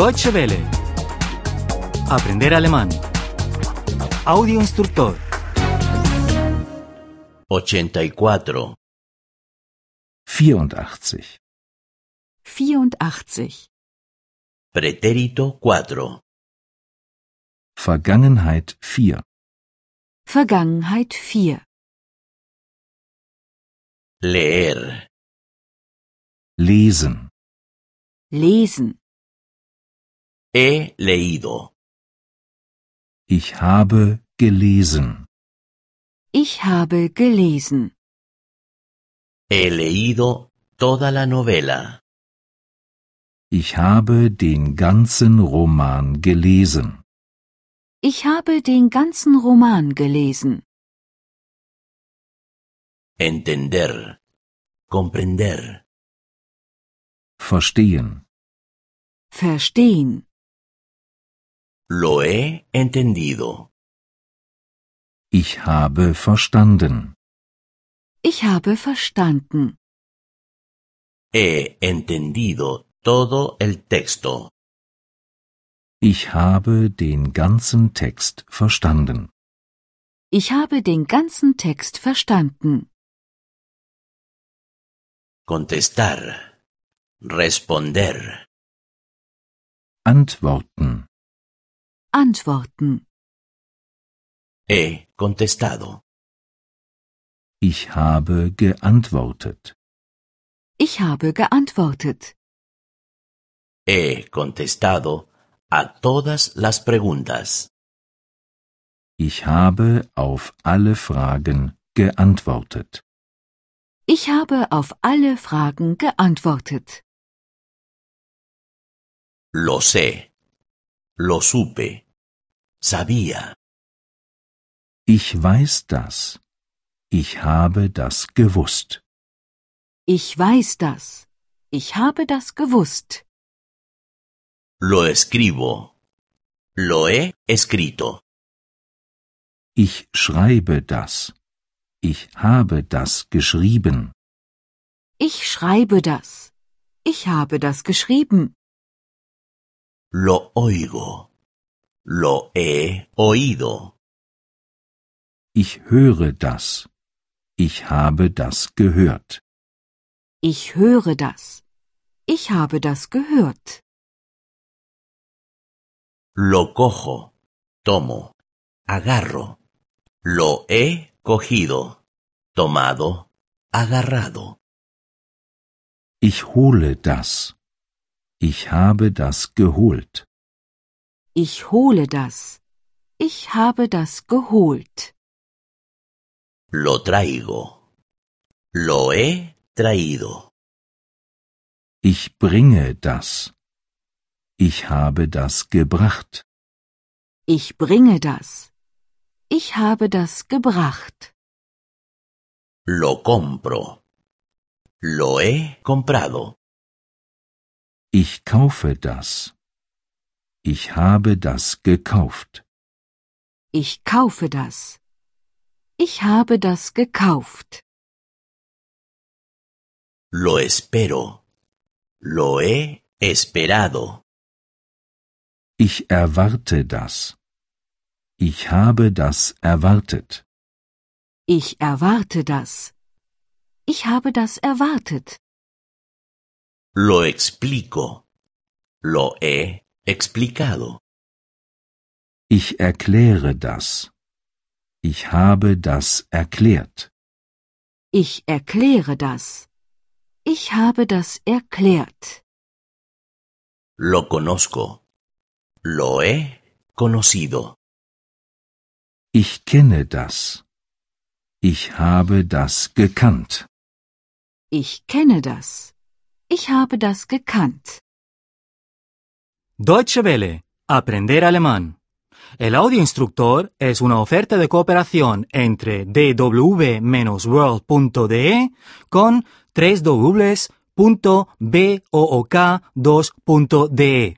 Deutsche Welle. Aprender alemán. Audio instructor. 84. 84. 84. Pretérito 4. Vergangenheit 4. Vergangenheit 4. Leer. Lesen. Lesen. He leído. Ich habe gelesen. Ich habe gelesen. He leído toda la novela. Ich habe den ganzen Roman gelesen. Ich habe den ganzen Roman gelesen. Entender. Comprender. Verstehen. Verstehen. Lo he entendido. Ich habe verstanden. Ich habe verstanden. He entendido todo el texto. Ich habe den ganzen Text verstanden. Ich habe den ganzen Text verstanden. Contestar. Responder. Antworten. Antworten. He contestado. Ich habe geantwortet. Ich habe geantwortet. He contestado a todas las preguntas. Ich habe auf alle Fragen geantwortet. Ich habe auf alle Fragen geantwortet. Lo sé. Lo supe. Sabía. Ich weiß das. Ich habe das gewusst. Ich weiß das. Ich habe das gewusst. Lo escribo. Lo he escrito. Ich schreibe das. Ich habe das geschrieben. Ich schreibe das. Ich habe das geschrieben. Lo oigo. Lo he oído. Ich höre das. Ich habe das gehört. Ich höre das. Ich habe das gehört. Lo cojo. Tomo. Agarro. Lo he cogido. Tomado. Agarrado. Ich hole das. Ich habe das geholt. Ich hole das. Ich habe das geholt. Lo traigo. Lo he traído. Ich bringe das. Ich habe das gebracht. Ich bringe das. Ich habe das gebracht. Lo compro. Lo he comprado. Ich kaufe das. Ich habe das gekauft. Ich kaufe das. Ich habe das gekauft. Lo espero. Lo he esperado. Ich erwarte das. Ich habe das erwartet. Ich erwarte das. Ich habe das erwartet. Lo explico. Lo he explicado. Ich erkläre das. Ich habe das erklärt. Ich erkläre das. Ich habe das erklärt. Lo conozco. Lo he conocido. Ich kenne das. Ich habe das gekannt. Ich kenne das. Ich habe das gekannt. Deutsche Welle. Aprender alemán. El audio instructor es una oferta de cooperación entre dw-world.de con 3 2de